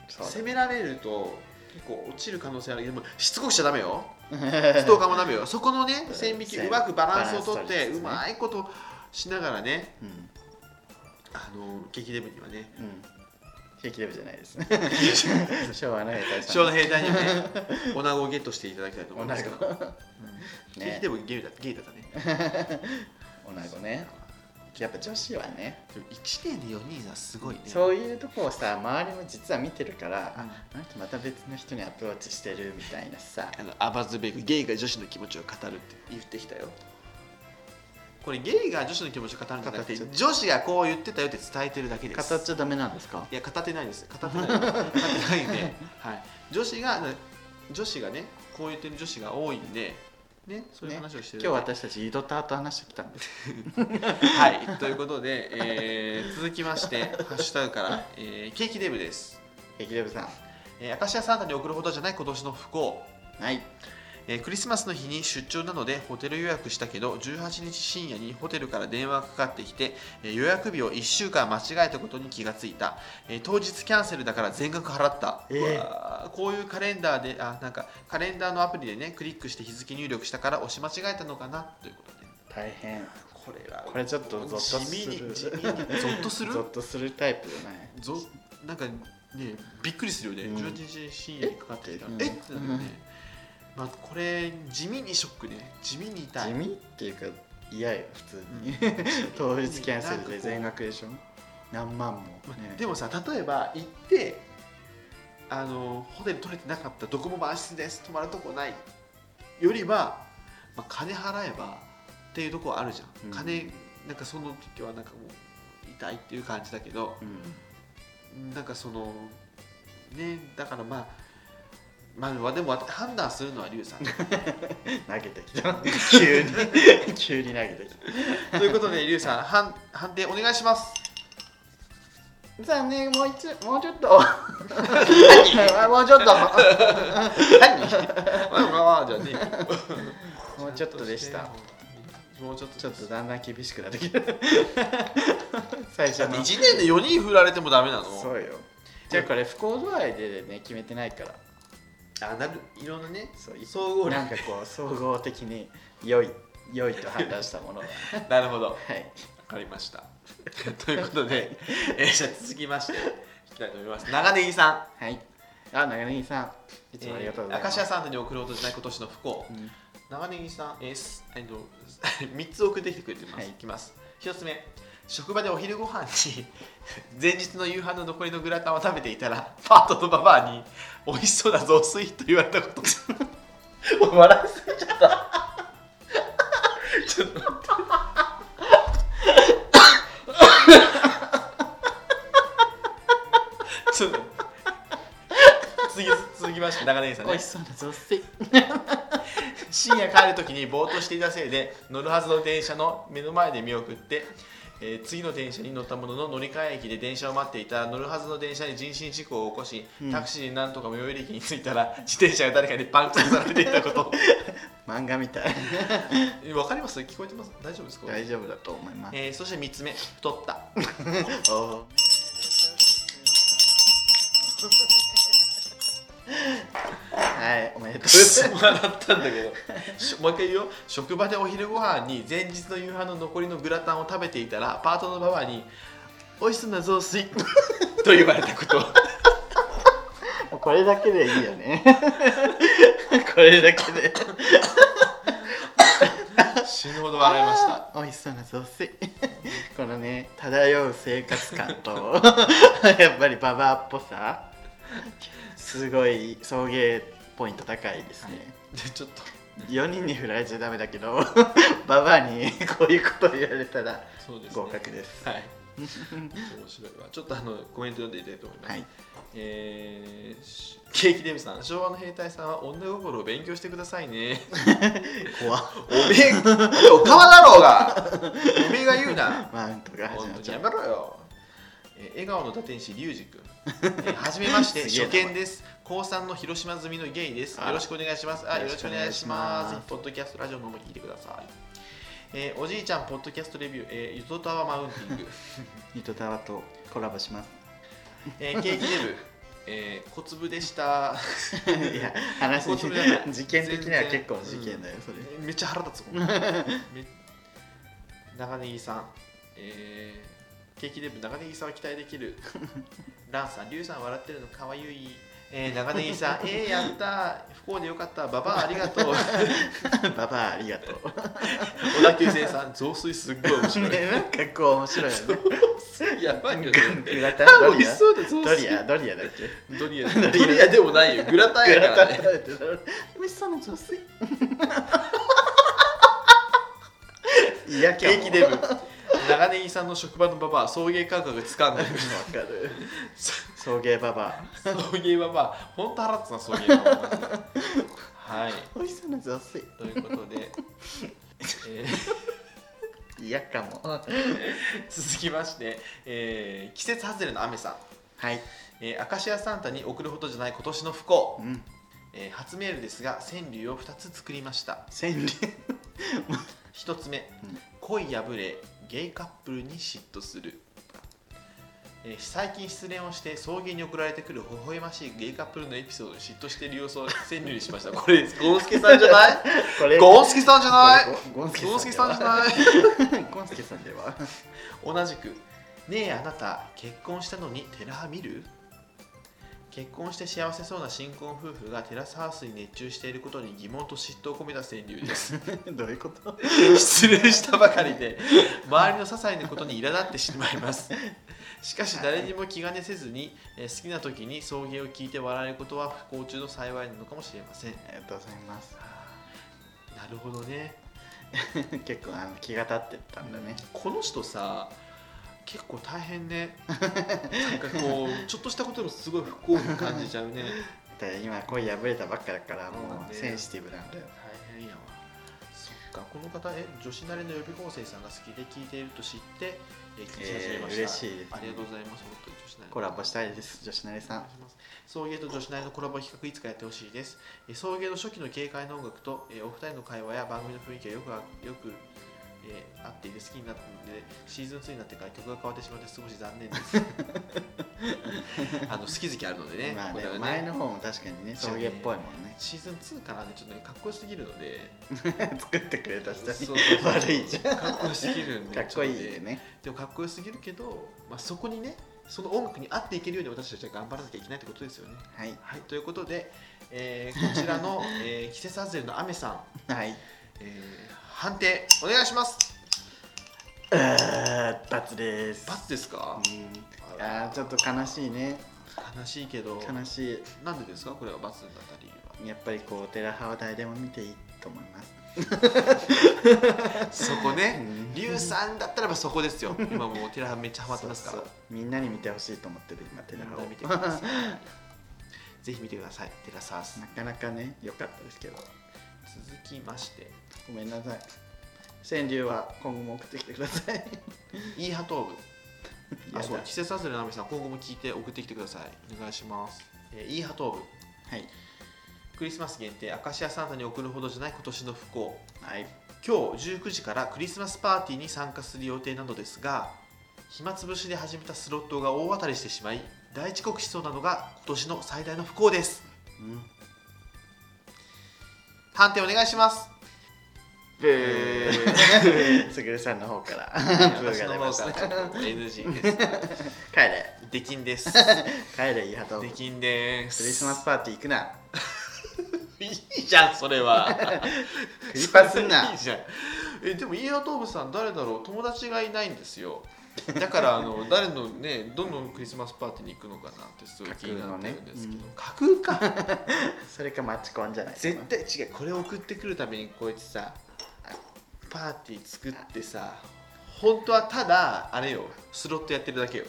ーそう責められると結構落ちる可能性あるけどでもしつこくしちゃダメよだストーカーもダメよそこのねうん線引き線うまくバランスをとバっランス取てりつつねうまいことしながらねうんあの激デブにはねうん定期デブじゃないですね 昭和の兵隊さん昭和の兵隊にもね おなごをゲットしていただきたいと思いますけど、おなうん、ねね、でもゲイだゲイだったね おなごねやっぱ女子はねでも1年で4人はすごいねそういうとこをさ周りも実は見てるから、うんああの人また別の人にアプローチしてるみたいなさあのアバズベイクゲイが女子の気持ちを語るって言ってきたよこれゲイが女子の気持ちを語るんじゃなくて語っちゃった女子がこう言ってたよって伝えてるだけです語っちゃダメなんですかいや語ってないです語ってない語ってないんで、 はい、女子が女子がねこう言ってる女子が多いんでねそういう話をして今る日私たち井戸田と話してきたんですはい、ということで、えー続きまして、ハッシュタグから、えーケーキデブです。駅デブさんえー、明石家サンタに送るほどじゃない今年の不幸。はいえークリスマスの日に出張なのでホテル予約したけど18日深夜にホテルから電話がかかってきて、えー予約日を1週間間違えたことに気がついた、えー当日キャンセルだから全額払った、えーうわーこういうカレンダーであなんかカレンダーのアプリでねクリックして日付入力したから押し間違えたのかなということで大変これはこれちょっとゾッとする地味に地味にゾッとするゾッとするタイプじゃないぞなんかねびっくりするよね、うん18時深夜にかかってきたらうんえっってなるよね、まあ、これ地味にショックね地味に痛い地味っていうか嫌よ普通に、うん 当日キャンセルなんかこでう全額でしょ何万も、ね、でもさ例えば行ってあのホテル取れてなかったどこも満室です泊まるとこないよりは、まあ、金払えばっていうとこはあるじゃん、うん金なんかその時はなんかもう痛いっていう感じだけど、うんなんかそのねだからまあまあでもわた判断するのはリュウさん投げてきた急に急に投げてきということでリュウさん判判定お願いしますた残念もう一もうちょっ ともうちょっとまあまあじゃあねもうちょっとでしたもうちょっとちょっとだんだん厳しくなってき た最初だっての1年で4人振られてもダメなのそうよじゃあこれ不幸度合いでね決めてないからあなるいろんなねそう総合力なんかこう総合的に良い良いと判断したものはなるほどわはいかりましたということで、えーじゃあ続きましていきたいと思います長ネギさはいあ長ネギさんいんつもありがとうございえまーす、明石家さんに送ろうとしない今年の不幸うん長ネギさん、えーすえっと 3つ送ってきてくれてます、はいい、きます1つ目職場でお昼ご飯に 前日の夕飯の残りのグラタンを食べていたらパートのババアに「美味しそうだぞスイート」言われたこ と笑いすぎちゃったちょっと待って ちょっと待って次続きまして長ネギさん美ね味しそうな雑炊深夜帰る時にぼーっとしていたせいで乗るはずの電車の目の前で見送って、えー次の電車に乗ったものの乗り換え駅で電車を待っていた乗るはずの電車に人身事故を起こしうんタクシーでなんとか最寄り駅に着いたら自転車が誰かにパンクされていたこと 漫画みたいえわかります聞こえてます大丈夫ですか、大丈夫だと思いますえーそして3つ目太ったおーはいおめでとうございます 笑ったんだけどしもう一回言うよ職場でお昼ご飯に前日の夕飯の残りのグラタンを食べていたらパートのババアに「美味しそうな雑炊」と言われたことこれだけでいいよね これだけで死ぬほど笑いました美味しそうな雑炊このね漂う生活感 とやっぱりババアっぽさすごい送迎ポイント高いですね、でちょっと4人に振られちゃダメだけど ババアにこういうこと言われたらそうです、ね、合格ですはい面白いわちょっとあのコメント読んでいきたいと思います、はいえーしケーキデブさん昭和の兵隊さんは女心を勉強してくださいね怖っ おめえおかわだろうが おめえが言うなマウントが始本ま当っにちゃやうめろよ、えー笑顔の打天使リュウジ 君、えー、はじめましすてげえ初な見です高3の広島済みのゲイですあらよろしくお願いしますあよろよろししくくおお願願いいししまますすポッドキャストラジオのも聞いてください、えーおじいちゃんポッドキャストレビュー、えー、ゆとたわマウンティング、糸タワとコラボします えー、ケーキデブ、えー、小粒でしたいや話本当にやばい事件的には全然結構事件だよそれ、めっ ちゃ腹立つもんめ長ネギさん、え定期デブ長ネギさんは期待でき るランさんリュウさん笑ってるのかわゆいえー、長ネギさ ん、えー、やったー、不幸でよかった、ババアありが とう、ババアありがとう。小田急線さん、増水すっごい面白い。ね、なんかこう面白いよね。 やばいよね。グラタンド美味リしアそうだ、増ド水リ。アドリアだっけドリア、ドリアでもないよ、グラタングやラタからンね。食べてたら美味しそうな雑 炊いやケーキデブブ。長ネギさんの職場のババア、送迎感覚つかんない。わかる送迎ババ送迎ババア、ほんと腹立つな、送迎ババア。はアい、美味しそうな雑炊というこ とで、えー嫌かも続きまして、えー季節外れの雨さん。はい、えー、アカシアサンタに送るほどじゃない今年の不幸う、ん、えー初メールですが川柳を2つ作りました千里1つ目、うん恋破れゲイカップルに嫉妬する、えー最近失恋をして送迎に送られてくる微笑ましいゲイカップルのエピソードに嫉妬している様子を川柳にしましたこれゴンスケさんじ ゃないこれゴンスケさんじゃないゴンスケゴンスケさんじゃいない ゴンスケさんでは同じく「ねえあなた結婚したのにテラハ見る?」結婚して幸せそうな新婚夫婦がテラスハウスに熱中していることに疑問と嫉妬を込めた川柳です どういうこと失恋したばかりで周りの些細なことに苛立ってしまいますしかし誰にも気兼ねせずに、えー好きな時に送迎を聞いて笑えることは不幸中の幸いなのかもしれませんありがとうございます なるほどね結構あの気が立ってたんだねこの人さ結構大変ねなんかこうちょっとしたことでもすごい不幸に感じちゃうねだから今恋破れたばっかだからそうなんもだようセンシティブなんだよ大変やわそっかこの方え女子なりの予備校生さんが好きで聞いていると知ってえ聞き始めました、えー嬉しいですねありがとうございます本当に女子なりのコラボしたいです女子なりさん送迎と女子大のコラボ企画いつかやってほしいですえー送迎の初期の軽快な音楽とえーお二人の会話や番組の雰囲気がよくあよくえー合っていて好きになったのでシーズン2になってから曲が変わってしまって少し残念です あの好き好きあるのでね,まあこねれはね、前の方も確かにね送迎っぽいもんね シーズン2からねちょっとねかっこよすぎるので作ってくれた人そうにそうそう悪いじゃんかっこよすぎるんでかっこいいちょっでとねねでもかっこよすぎるけど、まあ、そこにねその音楽に合っていけるように私たちは頑張らなきゃいけないってことですよねはいはい、ということで、えーこちらの、 えー季節外れの雨さん、はいえー判定お願いします。あー罰です罰ですか？うんあーちょっと悲しいね悲しいけど、悲しいなんでですか？これは罰だった理由やっぱりこう寺派は誰でも見ていいと思いますは。そこ うね、んリュウさんだったらばそこですよ。今もうテラハめっちゃハマってますからそう。そうみんなに見てほしいと思ってる今寺テラ派をハ見てくださ い。ぜひ見てください。テラサースな。かなかね良かったですけど続きまして、ごめんなさい川柳は今後も送ってきてくださ いイーハトーブ。やあ、だそう、季節外れの雨さん、今後も聞いて送ってきてください。お願いします。えーイーハトーブ。はいクリスマス限定、アカシアサンタに送るほどじゃない今年の不幸。はい今日19時からクリスマスパーティーに参加する予定なのですが暇つぶしで始めたスロットが大当たりしてしまい大遅刻しそうなのが今年の最大の不幸ですうん判定お願いしますブーすぐるさんの方からブー 私がの出ま方しかたらちょっと NG です帰れできんです帰れいいはとクでリきんですスマスパーティー行くないいじゃんそれはクリパすんないいじゃんえでもイーアトーブさん誰だろう友達がいないんですよだからあの 誰のねどのクリスマスパーティーに行くのかなってすごい気になってるんですけど架空,、かそれかマチコンじゃない 絶対違うこれを送ってくるためにこいつさパーティー作ってさ本当はただあれよスロットやってるだけよ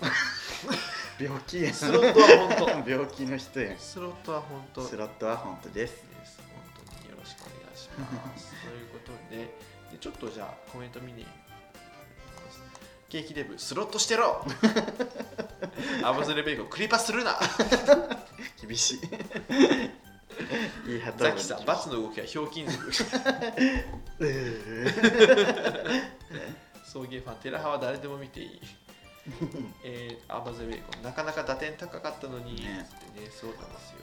病気やんスロットは本 病気の人やん 当スロットは本当スロットは本当ですです。本当によろしくお願いします。ということで、でちょっとじゃあコメント見に行きます。ケーキデブ、スロットしてろアブズレベイコン、クリパするな厳し いいいはとザキさん、罰の動きはひょうきん族。うー送迎ファン、テラハは誰でも見てい い。えー、アバズレベイコン、なかなか打点高かったのに、ねつってね、そうなんですよ。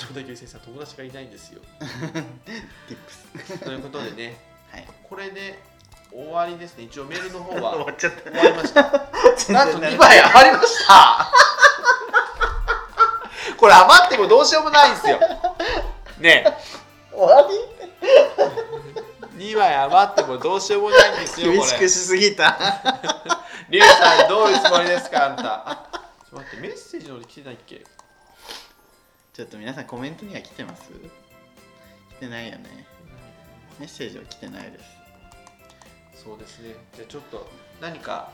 野田圭先生、友達 がいないんですよ。ティップスということでね、はいこれで終わりですね一応メールの方 終はわっちゃった終わりましたなんと2倍枚余りました これ余ってもどうしようもないんですよね終わり2枚余ってもどうしようもないんですよ厳こしくれしすぎたリュウさんどういうつもりですかあんたあちょっと待ってメッセージの方に来てないっけちょっと皆さんコメントには来てます来てないよねメッセージは来てないですそうですねじゃあちょっと何 か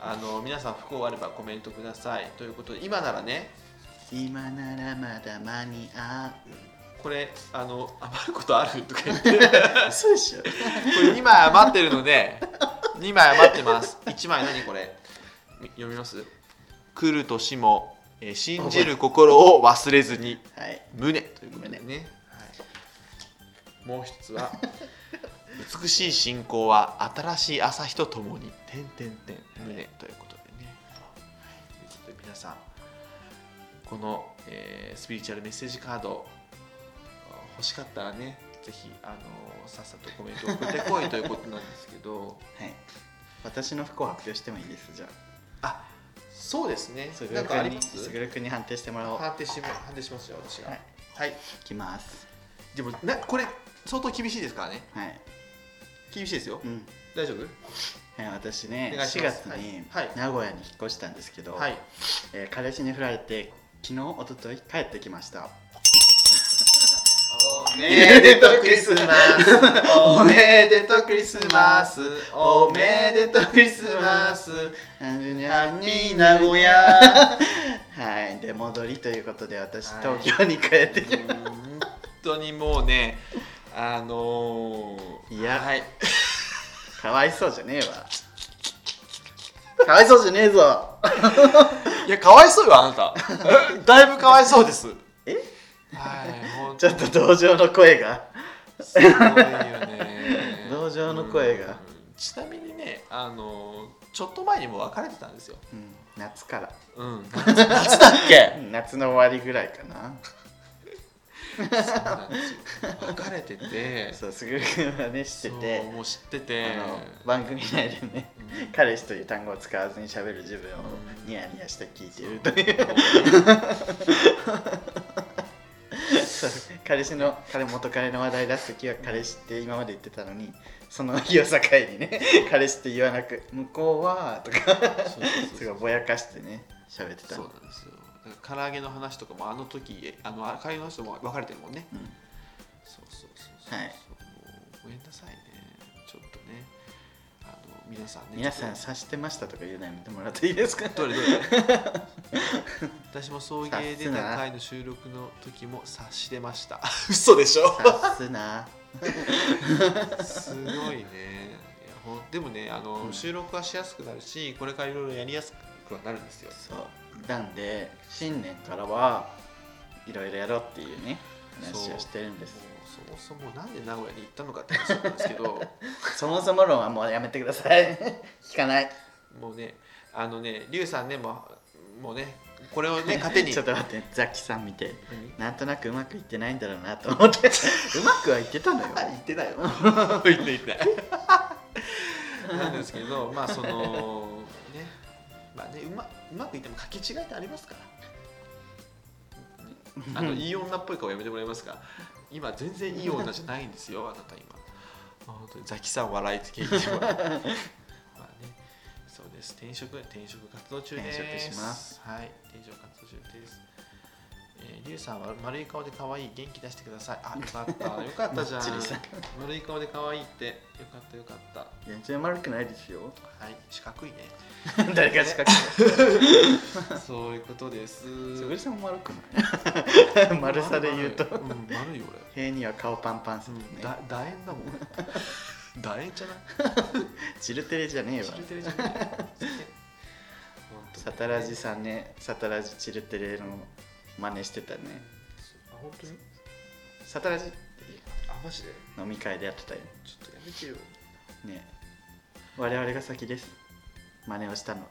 あの皆さん不幸あればコメントくださいということで今ならね今ならまだ間に合これあの余る ことあるとか言ってうそうでしょこれ2枚余ってるので2枚余ってます1枚何これみ読みます来る年も、えー信じる心を忘れずにはい胸ということでね、はい、もう一つは美しい信仰は新しい朝日とともに点点点胸ということでねということで皆さんこの、えースピリチュアルメッセージカードあ欲しかったらねぜひあのさっさとコメント送ってこいということなんですけどはい私の不幸を発表してもいいですじゃああそうですねすぐなるんかくありんにますすぐるくんに判定してもらおう判定しま判定しますよ私がははいい、いきますでもなこれ相当厳しいですからねはい厳しいですようん大丈夫はい私ねお願いし4ま月すにはいはい名古屋に引っ越したんですけど、はいえー彼氏に振られて昨日一昨日帰ってきましたおめでとうクリスマスおめでとうクリスマスおめでとうクリスマスあのねハッピー名古屋はいで戻りということで私はい東京に帰ってきま本当にもうねあのー、いやはいすかわいそうじゃねえわかわいそうじゃねえぞいやかわいそうよあなた だいぶかわいそうですえはい本ち当ょっと同情の声がすごいよね同情の声がうんちなみにねあのー、ちょっと前にも別れてたんですようん夏から うん夏夏だっけ夏の終わりぐらいかなそうなんですよ別れててそうすぐるくんはね知っててそうもう知っててあの番組内でねうん彼氏という単語を使わずに喋る自分をニヤニヤして聞いているというそう彼氏の彼元彼の話題出す時は彼氏って今まで言ってたのにその日を境にね彼氏って言わなく「向こうは」とかそうそうそうすごいぼやかしてね喋ってたそうなんですよだから唐揚げの話とかもあの時あの唐揚げの人も別れてるもんねうんそうそうそうそうはいもうごめんなさいねちょっとねあの皆さんね皆さんちょっ察してましたとか言うのやめてもらっていいですかと どれどれ私も送迎察すでな回の収録の時も察してました嘘でしょ察すなすごいねいやほんでもねあの、うん収録はしやすくなるしこれからいろいろやりやすくはなるんですよそうなんで新年からはいろいろやろうっていうね話をしてるんですもうそもそもなんで名古屋に行ったのかって話なんです けどそもそも論はもうやめてください 聞かないもうねあのねリュウさんねもうもうねこれを ね糧にちょっと待ってザキさん見て何なんとなくうまくいってないんだろ うなと思ってうまくはいって たのよ言ってないよ言って言ってないなんですけどまあそのねまあねうまうまくいっても書き違いってありますからあのいい女っぽい顔やめてもらえますか今全然いい女じゃないんですよあなた今、まあ、本当にザキさん笑いつけいて もらってまあねそうです転職転職活動中です転職しますはい転職活動中ですえーリュウさんは丸い顔で可愛い元気出してくださいあよかったよかったじゃんもっちりさ丸い顔で可愛いってよかったよかった全然悪くないですよはい四 角いね誰かし かそういうことですすぐるさんも丸くない 丸さで言うと丸いうん、丸いよ俺平には顔パンパンするねだ楕円だもん俺楕円じゃないジルテレじゃねえわ知れてるじゃないサタラジさんねサタラジチルテレの真似してたねあ本当にサタラジあマジで飲み会でやってたよちょっとやめてよね我々が先です真似をしたの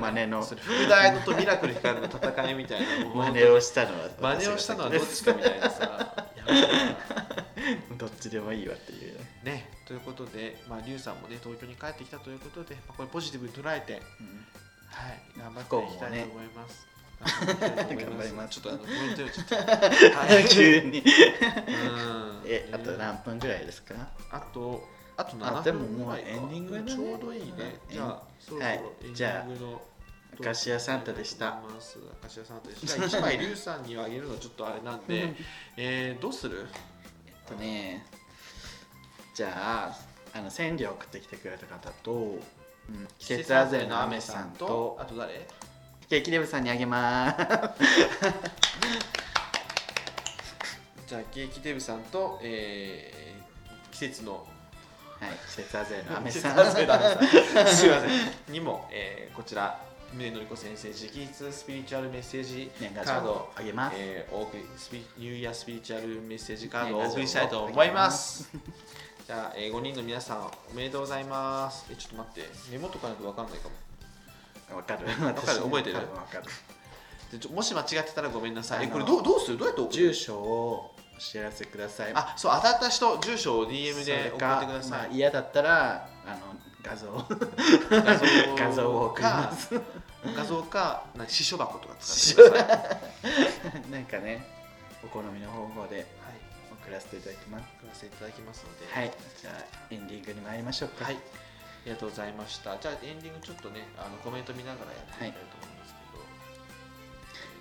真似のそれ福大のとミラクル光の戦いみたいなもう真本当似にをしたのは 真似をしたのはどっちかみたいなさやばいなどっちでもいいわっていうねね、ということで、まあ、リュウさんもね東京に帰ってきたということで、まあ、これポジティブに捉えて、うんはい、頑張っていきたいと思います。頑張りますちょっとあのコメントよちょっ と。は急にうんえあと何分ぐらいですかあとあとあ7でも分ぐらいかもうエンディングだねちょうどいいね。うんじゃあそろそろはいエンデじゃあィングの。明石家サンタでした。明石家サンタでした。一枚リュウさんにあげるのはちょっとあれな んで、えー、どうする？えっとねじゃああの千里送ってきてくれた方と、うん、季節外れの雨さんとあと誰？ケーキデブさんにあげまーじゃあケーキデブさんと、えー、季節 のすはい 季節外れの雨さんすいません。にも、えー、こちら、宗則子先生直筆スピリチュアルメッセージ年カ賀ー状ドをを、あげます、えー、お送りスピニューイヤースピリチュアルメッセージカードをお送りしたいと思います。じゃあ、えー、5人の皆さん、おめでとうございます。え、ちょっと待って、メモとかなく分かんないかも。わかるわかる覚えてる多分わかるでちょもし間違ってたらごめんなさい。え、あのこれどうどうするどうやって送る住所をお知らせくださいあ、そう、当たった人、住所を DM それで送ってくかださまあい。嫌だったらあの画像 を画像画像を送りまかす、画像か、なんか、私書箱とか使ってください。はなんかねお好みの方法でい送らせていただきます送らせていただきますので、はいじゃあエンディングに参りましょうかはいありがとうございました。じゃあエンディングちょっとね、あのコメント見ながらやっていきたいと思うんです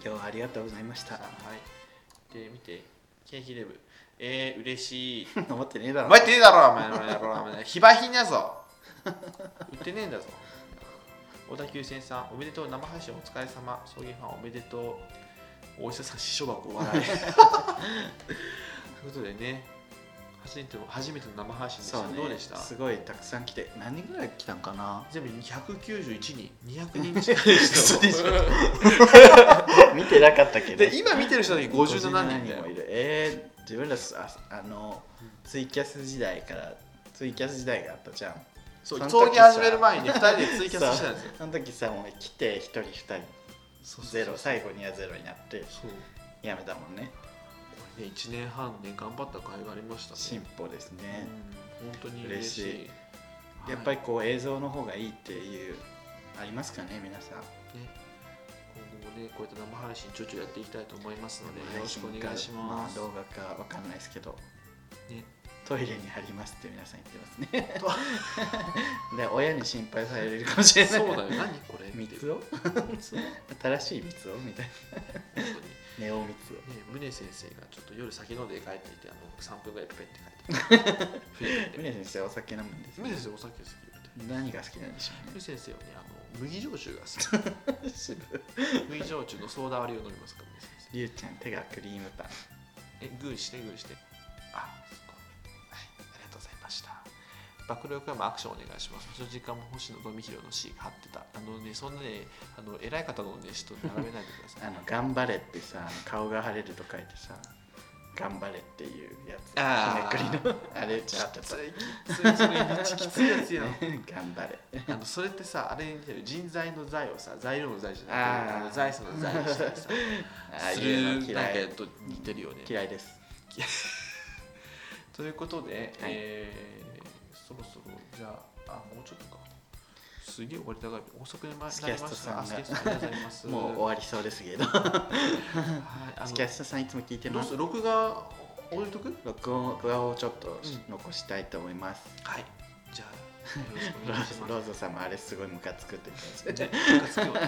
け今日はありがとうございましど、たさあはい。で、見て、ケーキデブ、えー、嬉しい。 思ってねえだろお前ってねえだろ、お前の野郎、お前非売品だぞ。売ってねえんだぞ。小田急線さん、おめでとう、生配信お疲れ様、送迎ファンおめでとう、大下さん、師匠箱笑い。ということでね、初めての初めての生配信でした、そう、ね、どうでしたすごいたくさん来て何人ぐらい来たんかな 全部191人200人近い人嘘でし見てなかったけどで今見てる人だけ57人だよもいるえー、自分らすああのツイキャス時代からツイキャス時代があったじゃんそうその時闘技始める前に2人でツイキャスしてたんですよその時さもう来て1人2人そうそうゼロ最後にはゼロになってそうやめたもんねこれね1年半ね頑張った甲斐がありましたね進歩ですね、うん本当に嬉嬉ししいいやっぱりこう映像の方がいいっていうありますかね皆さんはいね今後もねこういった生配信ちょいちょいやっていきたいと思いますのでまあよろしくお願いしままあす、動画かわかんないですけどね、トイレに貼りますって皆さん言ってますね で親に心配されるかもしれないそうだよ何これ三ってつを三つを本新しい三つをみたい当になネオ三つをね、宗先生がちょっと夜酒飲んで帰っていてあの3分ぐらいペペって帰って きて峰先生お酒飲むんです宗ね先生お酒好きみたい何が好きなんでしょう宗ね先生はねあの麦焼酎が好渋 き麦焼酎のソーダ割りを飲みますから宗先りゅうちゃん手がクリームパン生えグーしてグーしてあすごいはいありがとうございました爆力はもアクションお願いしますその時間も星野富弘の C が貼ってたあのねそんなねあの偉い方のね人並べないでく ださあいの頑張れってさあの顔が腫れると書いてさ頑張れっていうやつあーひねくりのあれちゃっきとついきついそれめっちゃきついやつやん 頑張れあのそれってさあれに似てる人材の財をさ材料の財じゃなくてあーあの財産の財にしたりさ ああすいうるのなんか嫌いと似てるよね。嫌いですということで、はいえーそろそろじゃああもうちょっとかすげえ終わりたがる遅くなりましスたキャストさんがあスキャストさんありがとうございま すもう終わりそうですけどはいあのスキャストさんいつも聞いてどうますする録画置いとく録音録画をちょっとうん残したいと思います、はいじゃあよろしくおロ願いしーま ロすーソンさんもあれすごいムカつくって言ってますよねムカ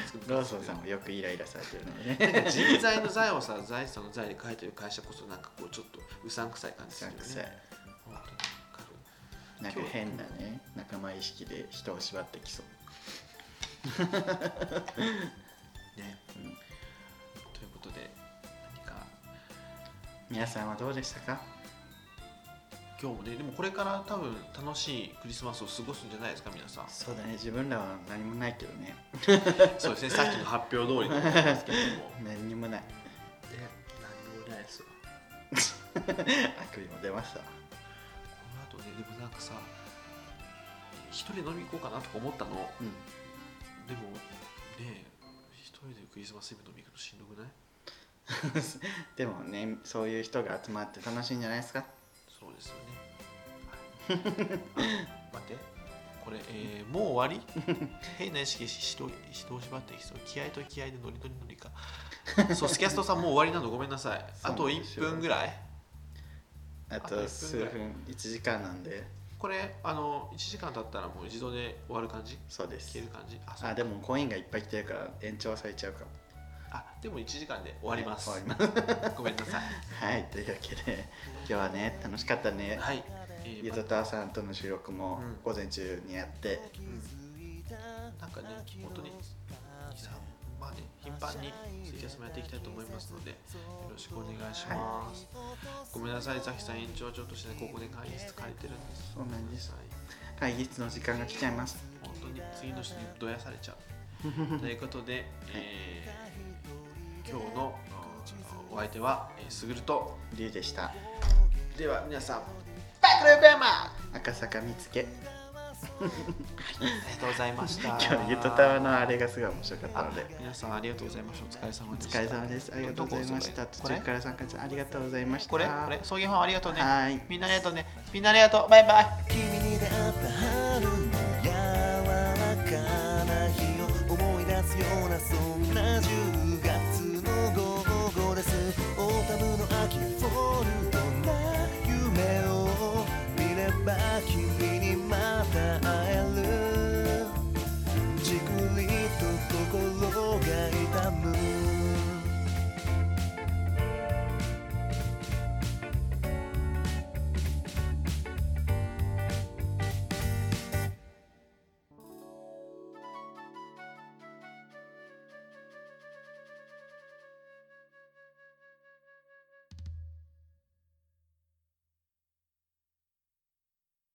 つくよねローソンさんもよくイライラされてるのでな ねんか人材の財をさ財産の財で書いてる会社こそなんかこうちょっとうさんくさい感じするよねうさんくさい本当にわかるなんか変なね仲間意識で人を縛ってきそううね、んということで何か皆さんはどうでしたか今日もねでもこれから多分楽しいクリスマスを過ごすんじゃないですか皆さんそうだね自分らは何もないけどねそうですねさっきの発表通りなんですけども何にも ないね何もないですよあくびも出ましたこの後ねでもなんかさ一人で飲み行こうかなとか思ったの うんでもね一人でクリスマスイブ飲み行くのしんどくないでもねそういう人が集まって楽しいんじゃないですかそうですよね。待ってこれ、えーもう終わり変な意識し人人を縛って人気合と気合でノリノリノリかそうスキャストさんもう終わりなのごめんなさいあそとうなんです1よ分ぐらいああとと数1分ぐら分1時間なんでこれあの1時間経ったらもう自動で終わる感じそうです消える感じあそうあでもコインがいっぱい来てるから延長されちゃうかもあでも1時間で終わります終わりますごめんなさいはいというわけで今日はね楽しかったねはい、えーゆずたわさんとの収録もうん午前中にやって、うんなんかね本当にさまあね頻繁にツイキャスもやっていきたいと思いますのでよろしくお願いします、ごめんなさいザキさん延長ちょっとしてここで会議室借りてるんですそうなんですはい会議室の時間が来ちゃいます本当に次の人にどやされちゃうということで、えー今日のあお相手は、えー、すぐるとりゅうでしたでは皆さんバックルーベーマーあ赤坂見つけりがとうございました今日ゆとたわのあれがすごい面白かったので皆さんありがとうございましたお疲れ様おでした疲れ様ですありがとうございましたど途こ押せばいい中から参加者ありがとうございましたこれこれこれ送迎ファンありがとうねはいみんなありがとうねみんなありがとうバイバイ君に出会った春の柔らかな日を思い出すようなそんな10